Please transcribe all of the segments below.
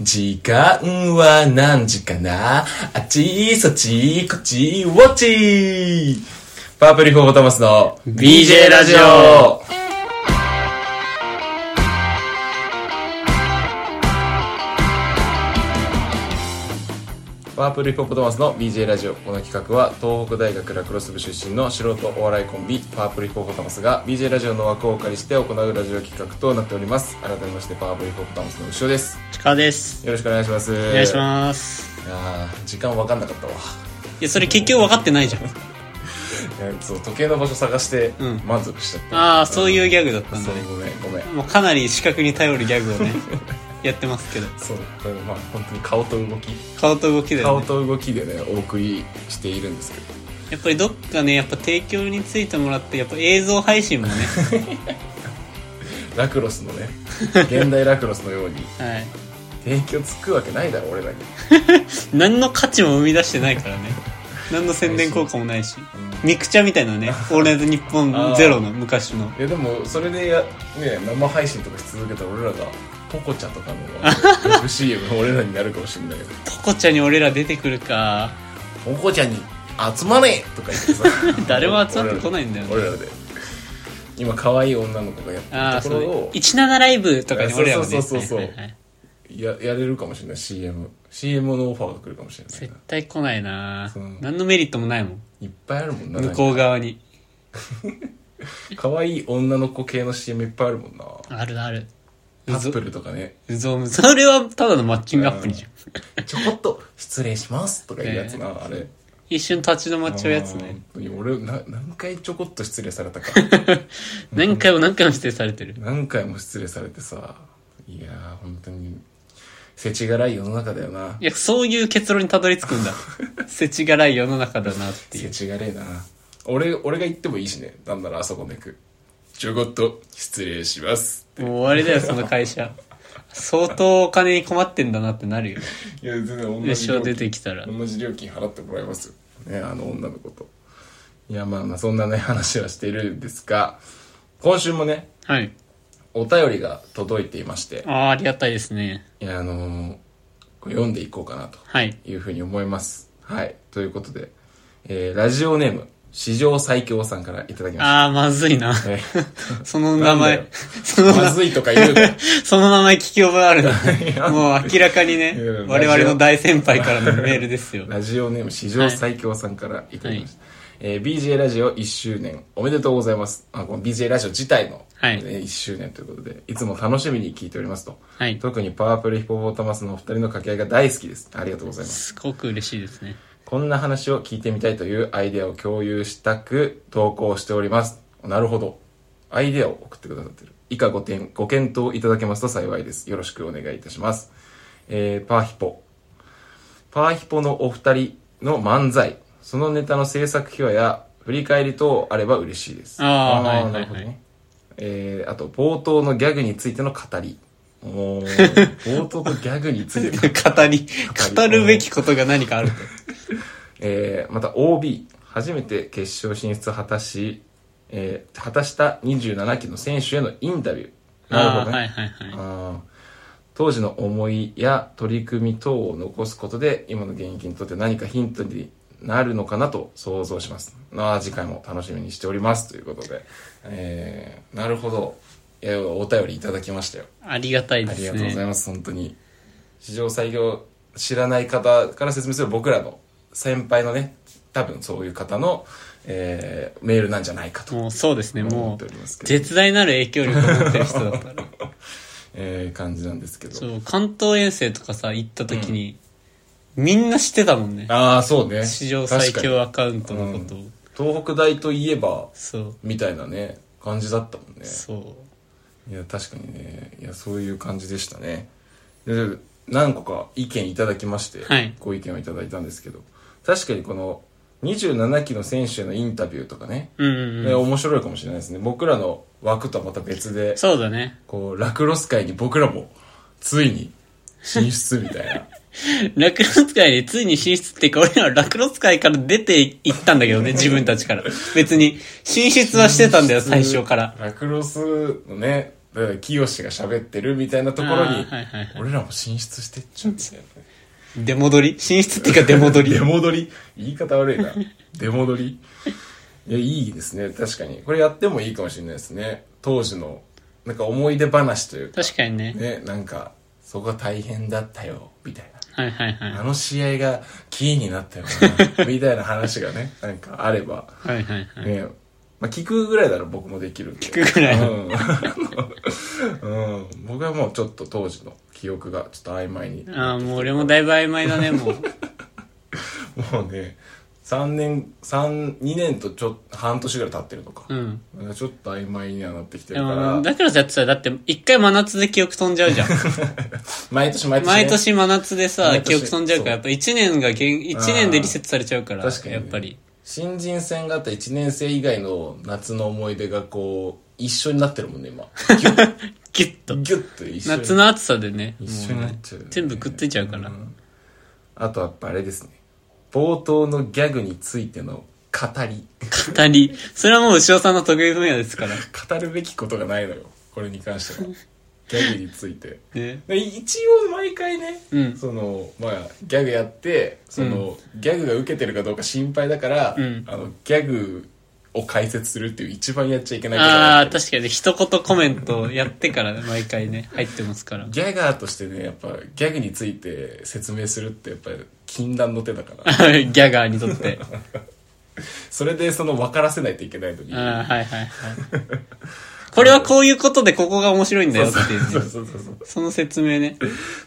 時間は何時かなあっちそっちこっちウォッチパープリフォータマスの BJ ラジオパープルヒポップトマスの BJ ラジオこの企画は東北大学ラクロス部出身の素人お笑いコンビパープルヒポップトマスが BJ ラジオの枠をお借りして行うラジオ企画となっております改めましてパープルヒポップトマスの後ろですちかです。よろしくお願いしますお願いします。いやー時間分かんなかったわいや、それ結局分かってないじゃん。いやそう時計の場所探してうん満足しちゃった、ああ、そういうギャグだったんそだうね。ごめんごめんもうかなり視覚に頼るギャグを ね、やってますけど。そうこれまあ本当に顔と動き顔と動きで、ね。顔と動きでねお送りしているんですけどやっぱりどっかね、やっぱ提供についてもらって、やっぱ映像配信も ね、ラクロス のね現代ラクロスのようにはい。提供つくわけないだろ俺らに何の価値も生み出してないからね。何の宣伝効果もないし。ミクチャみたい なね、オールナイトニッポンゼロの昔の。いやでもそれでや、ね、生配信とかし続けたら俺らがポコチャ とかの FCM 俺らになるかもしれないけどポコちゃんに俺ら出てくるか。ポコチャに集まれとか言ってさ 誰も集まってこないんだよね俺らで今可愛い女の子がやああ、ってそるところうを。 17ライブとかに俺らもね。そうそうそうそうはいはいはいややれるかもしれない CMCM のオファーが来るかもしれない絶な対来ないなそう何のメリットもないもんいっぱいあるもんな向こう側になんか可愛い女の子系の CM いっぱいあるもんなあるあるタうぞップルとかねうぞうむそれはただのマッチングアプリじゃんちょこっと失礼しますとかいうやつな、あれ一瞬立ち止まっちゃうやあつーね本当に俺な何回ちょこっと失礼され たか何回も何回も指定されてる何回も失礼されてさいやー本当に世知辛い世の中だよないやそういう結論にたどり着くんだ 世知辛い世の中だなってい世う知辛いな俺俺が言ってもいいしねなんならあそこのくちょこっと失礼しますもう終わりだよその会社相当お金に困ってんだなってなるよいや全然同一じ料生金出てきたら同じ料金払ってもらいますよねあの女の子といやまあまあそんなね話はしているんですが今週もねはいお便りが届いていましてああありがたいですねいやあのーこれ読んでいこうかなとはいいうふうに思います。はい。ということで、えーラジオネーム、史上最強さんからいただきまああまずいな した。えその名なん前だよそのー名ま前ずいとか言うな。い その名前聞き覚えある な。もう明らかにねいや、我々の大先輩からのメールですよ。ラジオネーム、史上最強さんからいただきました。えー BJ ラジオ1周年おめでとうございます。あこの BJ ラジオ自体の、はいえー1周年ということで、いつも楽しみに聞いておりますと。はい特にパワープルヒポポータマスのお二人の掛け合いが大好きです。ありがとうございます。すごく嬉しいですね。こんな話を聞いてみたいというアイデアを共有したく投稿しております。なるほど。アイデアを送ってくださってる。以下5点、ご検討いただけますと幸いです。よろしくお願いいたします。えー、パーヒポ。パーヒポのお二人の漫才、そのネタの制作秘話や振り返り等あれば嬉しいです。あーーはいはいはいなるほどね。えー、あと、冒頭のギャグについての語り。 おー冒頭のギャグについての語り、語るべきことが何かあると。えーまた OB 初めて決勝進出を果たし、えー果たした27期の選手へのインタビューなるあほあ、どはいねはいはあー当時の思いや取り組み等を残すことで今の現役にとって何かヒントになるのかなと想像しますあー次回も楽しみにしておりますということで、えーなるほどいやお便りいただきましたよい。ありがたいでありすがとうございね。ます、本当に。史上最強知らない方から説明する僕らの先輩のね、多分そういう方の、えーメールなんじゃないかともうそうですね、思っもておりますう、けど、絶大なる影響力を持ってる人だっ たら。えー感じなんですけど。そう、関東遠征とかさ、行った時に、みんな知ってたもんね。ああ、そうね。史上最確かに強アカウントのことを。東北大といえば、そう、みたいなね、感じだったもんね。そう。いや、確かにね、いや、そういう感じでしたね。で何個か意見いただきまして、はいご意見をいただいたんですけど、確かにこの、27期の選手へのインタビューとかね、うんうんえうん。面白いかもしれないですね僕らの枠とはまた別でそうだね。こうラクロス界に僕らもついに進出みたい なラクロス界についに進出っていうか、俺らはラクロス界から出ていったんだ けどね、自分たちから。別に、進出はしてたんだよ、最初から。ラクロスのねだから清が喋ってるみたいなところに、あーはいはいはい俺らも進出してっちゃうんだよね。出戻り寝室っていうか出戻り出戻り言い方悪い な。出戻りいや、いいですね。確かに。これやってもいいかもしれないですね。当時の、なんか思い出話というか、確かにねね、なんか、そこが大変だったよ、みたいな。はいはいはいあの試合がキーになったよ な、みたいな話がね、なんかあれば。はいはいはいねまあ、聞くぐらいなら僕もできるんで聞くぐらいのうん、 うん、僕はもうちょっと当時の記憶がちょっと曖昧にああもう俺もだいぶ曖昧だねもうもうね3年三2年とちょっと半年ぐらい経ってるとかう、んなんかちょっと曖昧にはなってきてでるからもだからささだって一回真夏で記憶飛んじゃうじゃん毎年毎年ね、毎年真夏でさ毎年記憶飛んじゃうからやっぱ1年が限一年でリセットされちゃうから確かにねやっぱり新人戦があった1年生以外の夏の思い出がこう一緒になってるもんね 今ギュッギュッとギュッと一緒に夏の暑さでね一緒になっちゃうよね、もう全部くっついちゃうからんあとはやっぱあれですね冒頭のギャグについての語り語りそれはもう牛尾さんの得意分野ですから語るべきことがないのよこれに関してはギャグについてねで一応毎回ね、うんそのまあギャグやってその、ギャグが受けてるかどうか心配だから、うんあのギャグを解説するっていう一番やっちゃいけないことがああ確かに一言コメントをやってから毎回ね入ってますから ギャガーとしてねやっぱギャグについて説明するってやっぱり禁断の手だから ギャガーにとってそれでその分からせないといけないのにああはいはいはいこれはこういうことでここが面白いんだよっていうねそうそうそうそうその説明ね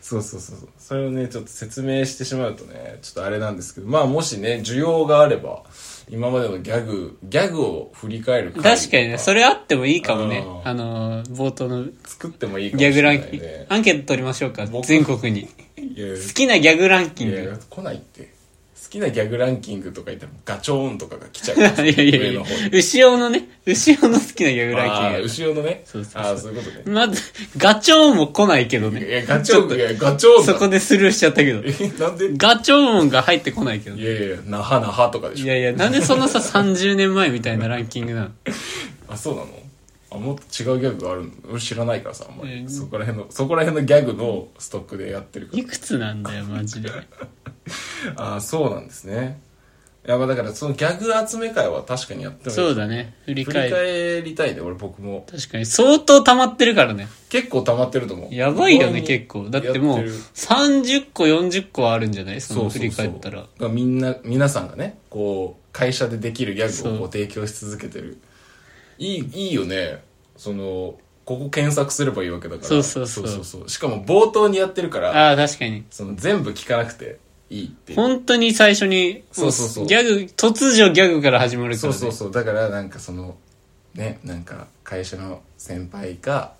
そうそうそうそうそれをねちょっと説明してしまうとねちょっとあれなんですけどまあもしね需要があれば今までのギャグギャグを振り返る回確かにねそれあってもいいかもねあーあのー冒頭のギ作ってもいいかもしれャグなラいンねキング、アンケート取りましょうか僕全国にいや好きなギャグランキンいグや来ないって好きなギャグランキングとか言ったらガチョーンとかが来ちゃうから いやいや上いやの方に牛尾のね牛尾の好きなギャグランああキング後ろのねそうそうそうああそういうことねまずガチョウも来ないけどいねやガチョーンいやガチョーンだそこでスルーしちゃったけど えなんでガチョウンが入ってこないけどいやいやなはなはとかでしょいやいやなんでそんな さ30年前みたいなランキングなのあそうなのあもっと違うギャグがあるの俺知らないからさあんまり、うんそこら辺のそこら辺のギャグのストックでやってるかいくつなんだよマジでらあそうなんですねいやまあだからそのギャグ集め会は確かにやってもいいそうだね振り振り返る返りたいね俺僕も確かに相当溜まってるからね結構溜まってると思うやばいよね意外に結構だってもうやる30個40個はあるんじゃないそそのうそ振うそうり返ったらだからみんな皆さんがねこう会社でできるギャグをこう提供し続けてるいいいいよねそのここ検索すればいいわけだからそうそうそうそうそうしかも冒頭にやってるからああ確かにその全部聞かなくていいっていう。本当に最初にそうそうそうギャグ突如ギャグから始まるかそら、うね、そうそう。だからなんかその、ね、なんか会社の先輩が、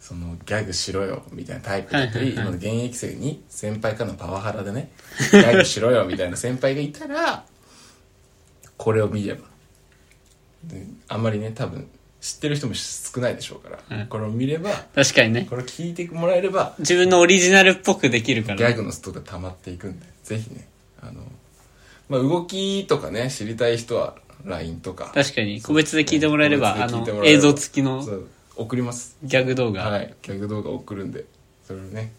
そのギャグしろよみたいなタイプだったり、はいはいはい今の現役生に先輩からのパワハラでね、ギャグしろよみたいな先輩がいたら、これを見れば。であんまりね、多分知ってる人も少ないでしょうから、はいこれを見れば、確かにねこれを聞いてもらえれば、自分のオリジナルっぽくできるかギらャグのストックが溜まっていくんで、ぜひね、あの、まあ、動きとかね、知りたい人は LINE とか、確かに個別で聞いてもらえれば個あ別で聞いのてもらえれ映ば像付きのそう送ります。ギャグ動画、はい。ギャグ動画送るんで、それをね、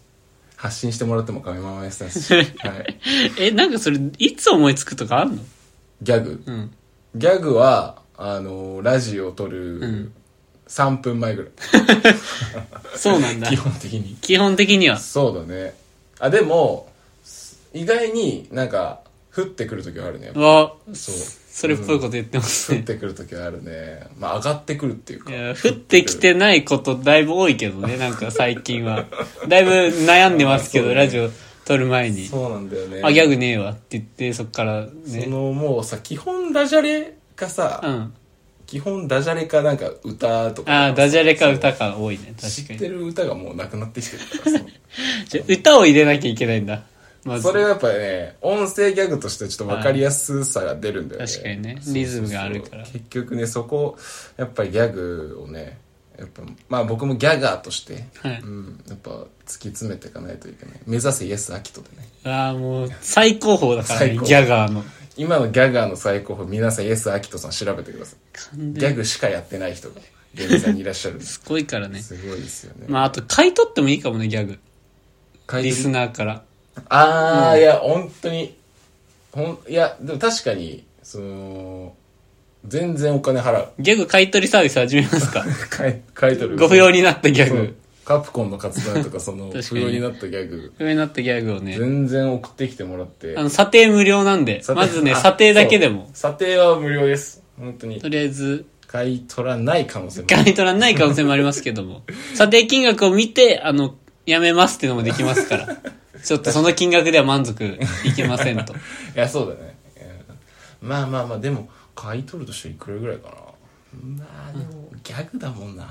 発信してもらっても構いませんし、 はい。 えなんかそれいつ思いつくとかあんのギャグう。んギャグは、あの、ラジオを撮るん3分前ぐそうなんらだい。基本的に。基本的にはそうだね。あ、でも、意外になんか、降ってくる時はあるね。やっぱわそう。それっぽいこと言ってます降っね、てくる時はあるねまあ上がってくるっていうかいや降ってきてないことだいぶ多いけど ねなんか最近はだいぶ悩んでますけど、あーそうねラジオ撮る前にそうなんだよねあギャグねえわって言ってそっからそねのもうさ基本ダジャレかさ、うん基本ダジャレかなんか歌とかああダジャレか歌か多いね知確かっにてる歌がもうなくなってきてるからさじゃあ歌を入れなきゃいけないんだ まずそれはやっぱね音声ギャグとしてちょっと分かりやすさが出るんだよね確かにそうねそうそうリズムがあるから結局ねそこやっぱりギャグをねやっぱまあ僕もギャガーとして、はいうん、やっぱ突き詰めていかないといけない目指せイエス・アキトでねああもう最高峰だからね最ギ高ャガーの今のギャガーの最高峰皆さんイエス・アキトさん調べてください完全ギャグしかやってない人が芸人さんにいらっしゃるん ですすごいからね。すごいですよね、まあ、あと、買い取ってもいいかもね、ギャグ。買いリ取スりナーから。ああ、うんいや本当にほんいやでも確かにその全然お金払う ギャグ買い取りサービス始めますか買い買い取るご不要になったギャそうグ。カプコンの活動とかその 確か不に要になったギャグ不要になったギャグをね。全然送ってきてもらってあの、査定無料なんで査。定まずね、あ査定だけでも。査定は無料です本当にとりあえず、買い取らない可能性も買い取らない可能性もありますけど も。査定金額を見て、あの、やめますっていうのもできますから。ちょっとその金額では満足いけませ んと。いやそうだねうんまあまあまあでも買い取るとしていくらぐらいかなまあでもギャグだもんな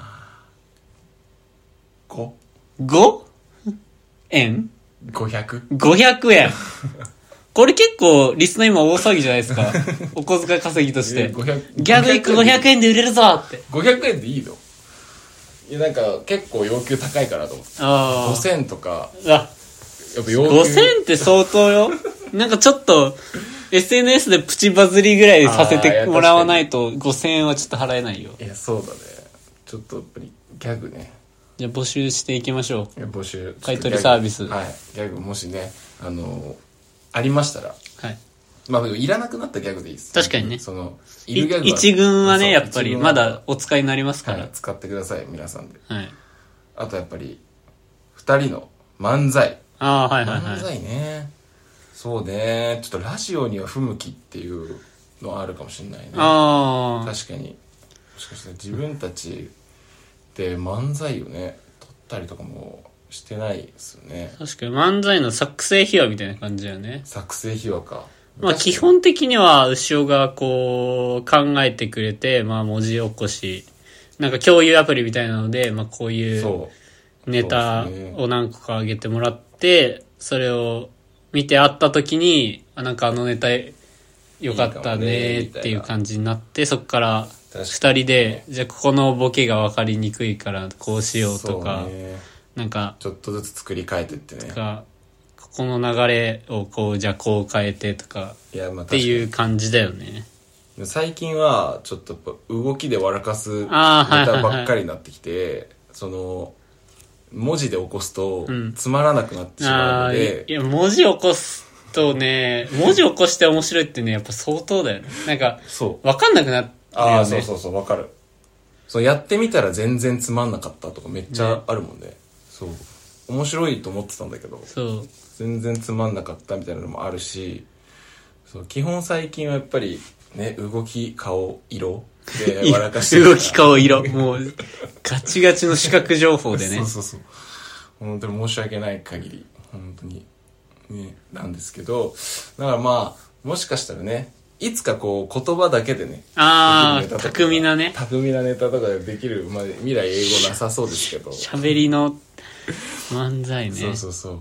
5 5? 円500 ?500 円。これ結構、リスナー今大騒ぎじゃないですか。お小遣い稼ぎとして。 え500ギャグいく500円で売れるぞって。 500円でいいのいやなんか結構要求高いからと思ってああ。 5000とかあ、やっぱ要求5000って相当よ。なんかちょっと、SNS でプチバズりぐらいさせてもらわないと5000円はちょっと払えないよ。いやそうだねちょっとやっぱりギャグねじゃあ募集していきましょう。いや募集買い取りサービスはいギャグもしねあのありましたらはい。まあ、いらなくなったギャグでいいです。確かにねその、いるギャグい一軍はね、そやうっぱ一り軍はまだお使いになりますかはいら。、使ってください、皆さんで。はい。あとやっぱり、二人の漫才。ああ、はいはい漫はい。才ね。そうね。ちょっとラジオには不向きっていうのはあるかもしれないね。ああ。確かに。もしかしたら自分たちで漫才をね、撮ったりとかもしてないですよね。確かに漫才の作成費用みたいな感じだよね。作成秘話か。まあ基本的には、牛尾がこう、考えてくれて、まあ文字起こし、なんか共有アプリみたいなので、まあこういうそう。ネタそうですねを何個か上げてもらって、それを見て会った時に、あ、なんかあのネタよかったねっていう感じになって、そこから確かに二人で、じゃあここのボケが分かりにくいからこうしようとかそう、ね。なんか、ちょっとずつ作り変えてってね。がここの流れをこう、じゃあこう変えてとか、いや、まあっ確かてにいう感じだよね。最近はちょっとやっぱ動きで笑かすネあーはいはいはタいばっかりになってきてその文字で起こすとうんつまらなくなってしまうあのあーで、いや、文字起こすとね、文字起こして面白いってね、やっぱ相当だよね。なんか、そうわかんなくなってるよね。ああそうそうそうわかるそうやってみたら全然つまんなかったとかめっちゃあるもんねそう面白いと思ってたんだけどそう。全然つまんなかったみたいなのもあるしそう基本最近はやっぱりね動き顔色で 笑かしてるから動き顔色。もう、ガチガチの視覚情報でねそう。そうそう本当に申し訳ない限り本当にねなんですけどだからまあもしかしたらねいつかこう言葉だけでねああ、巧巧みみななネねタ。とか巧みなネタとかでできる、まあ、未来英語なさそうですけど、喋りの漫才ね。そうそうそう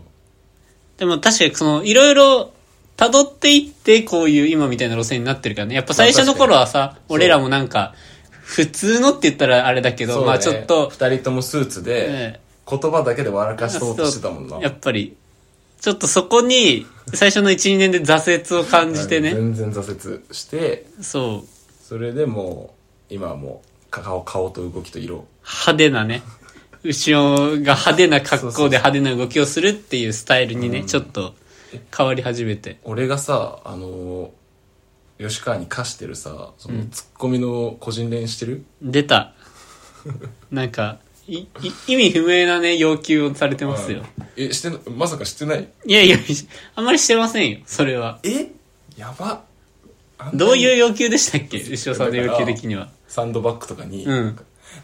でも確かにその、いろいろ、辿っていって、こういう今みたいな路線になってるからね。やっぱ最初の頃はさ、に俺らもなんか、普通のって言ったらあれだけど、そうねまあちょっと、二人ともスーツで、ね言葉だけで笑かしそうとしてたもんなやっぱり、ちょっとそこに、最初の1、2年で挫折を感じてね。全然挫折してそう。それでもう今はもう顔顔と動きと色派手なね。後ろが派手な格好で派手な動きをするっていうスタイルにね、ちょっと変わり始めて。俺がさあのー吉川に貸してるさそのツッコミの個人練してる、出た。なんか、いい意味不明なね、要求をされてますよ。えしてなまさかしてないいやいや、あんまりしてませんよ、それは。えやばあんなにどういう要求でしたっけ牛尾さんの要求的には。サンドバッグとかに、うん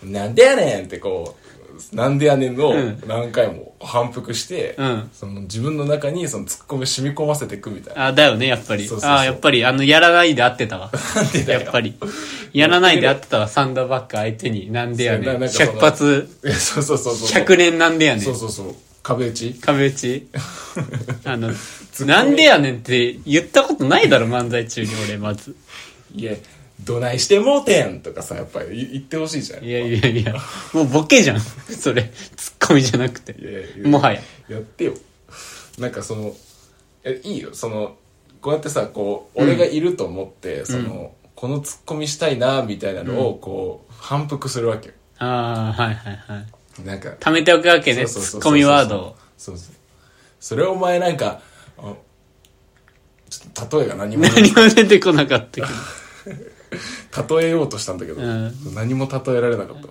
なんでやねんってこうなんでやねんのうん何回も反復して、うんその自分の中にそのツッコミを染み込ませていくみたいなあ、だよね、やっぱり。そうそうそうあやっぱり、あの、やらないで合ってたわ。やっぱり。やらないで合ってたわ、サンダーバック相手に。なんでやそうね。なんなんかその100発、いや そうそうそうそう100年なんでやね。そうんそうそう壁打ち壁打 ち。あの、なんでやねんって言ったことないだろ、漫才中に俺、まず。いやどないしてもうてんとかさやっぱりい言ってほしいじゃんいやいやいや、もうボケじゃん。それ、ツッコミじゃなくていやいやい。やもはや。やってよなんかそのえいいよそのこうやってさこう俺がいると思って、そのこのツッコミしたいなみたいなのをこう、反復するわけよああ、はいはいはい。なんか貯めておくわけね、そうそうそツうッそうコミワードを。そうそうそれをお前なんかあちょっと例えが何も何も出てこなかったけど。例えようとしたんだけど、うん何も例えられなかった、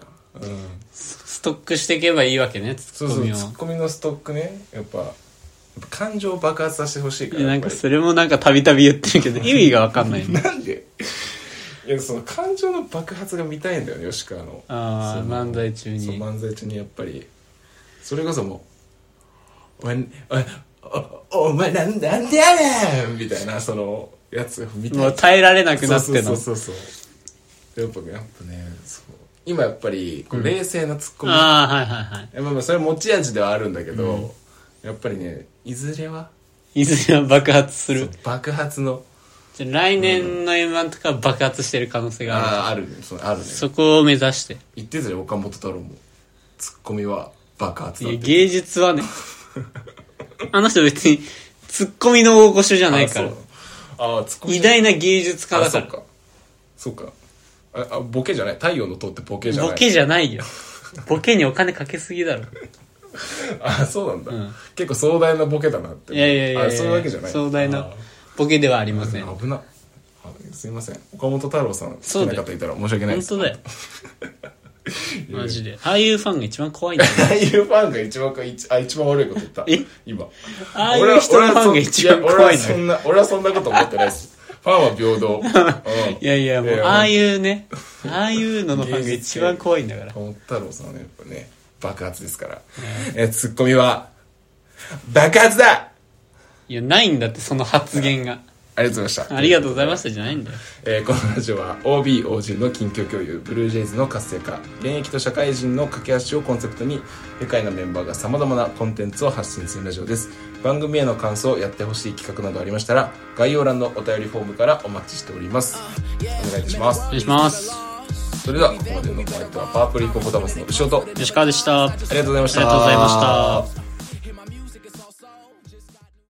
うん、ストックしていけばいいわけね、そツッうそコうミを。ツッコミのストックねやっぱやっぱ感情を爆発させてほしいからでなんやっかぱりそれもなんかたびたび言ってるけど、意味がわかんないね。なんでいやその感情の爆発が見たいんだよね吉川の ああ、その漫才中そうに。漫才中にやっぱりそれこそもう「お前おおお前なんなんでやねん!」みたいなそのやつを見たいもう耐えられなくなっそうてそうの。そうそうやっぱやっぱねそう今やっぱりこう冷静なツッコミ、やああ、はいはいはい。っぱまあそれは持ち味ではあるんだけど、やっぱりねいずれはいずれは爆発するそう。爆発のじゃあ来年の M1 とかは爆発してる可能性がある。あーあるねそのあるねそこを目指して。言ってたよ岡本太郎もツッコミは爆発いだっや、て芸術はね。あの人別に、ツッコミの大御所じゃないからあ。そうあーツッコミ偉大な芸術家あだそかっら。かそうかああボケじゃない太陽の塔ってボケじゃないボケじゃないよ。ボケにお金かけすぎ だろ。あそうなんだ、うん結構壮大なボケだなっていやいやいやいやあそういうわけじゃない壮大あなボケではありません。ー危なあすいません岡本太郎さん好きそうなだよ方いたら申し訳ないで本す当だ よ。いやいやマジで。ああいうファンが一番怖いんだよ。ああいうファンが一番か一あ一番悪いこと言ったえ今ああいう人のファンが一番怖いのの俺よ。はそ俺はそんな俺はそんなこと思ってないですファンは平 等、うん、いやいや、もう、ああいうね、ああいうののファンが一番怖いんだから。本太郎さんはねやっぱね爆発ですから、えツッコミは爆発だいや、ないんだって、その発言が。ありがとうございましたありがとうございましたじゃないんだよ。えーこのラジオは OBOG の近況共有ブルージェイズの活性化現役と社会人の架け橋をコンセプトに愉快なメンバーがさまざまなコンテンツを発信するラジオです番組への感想やってほしい企画などありましたら概要欄のお便りフォームからお待ちしておりますお願いいたしますお願いします。それではここまでのお相手はパープリコホタバスの牛尾とあり吉川でした。ありががとうございましたとうございました。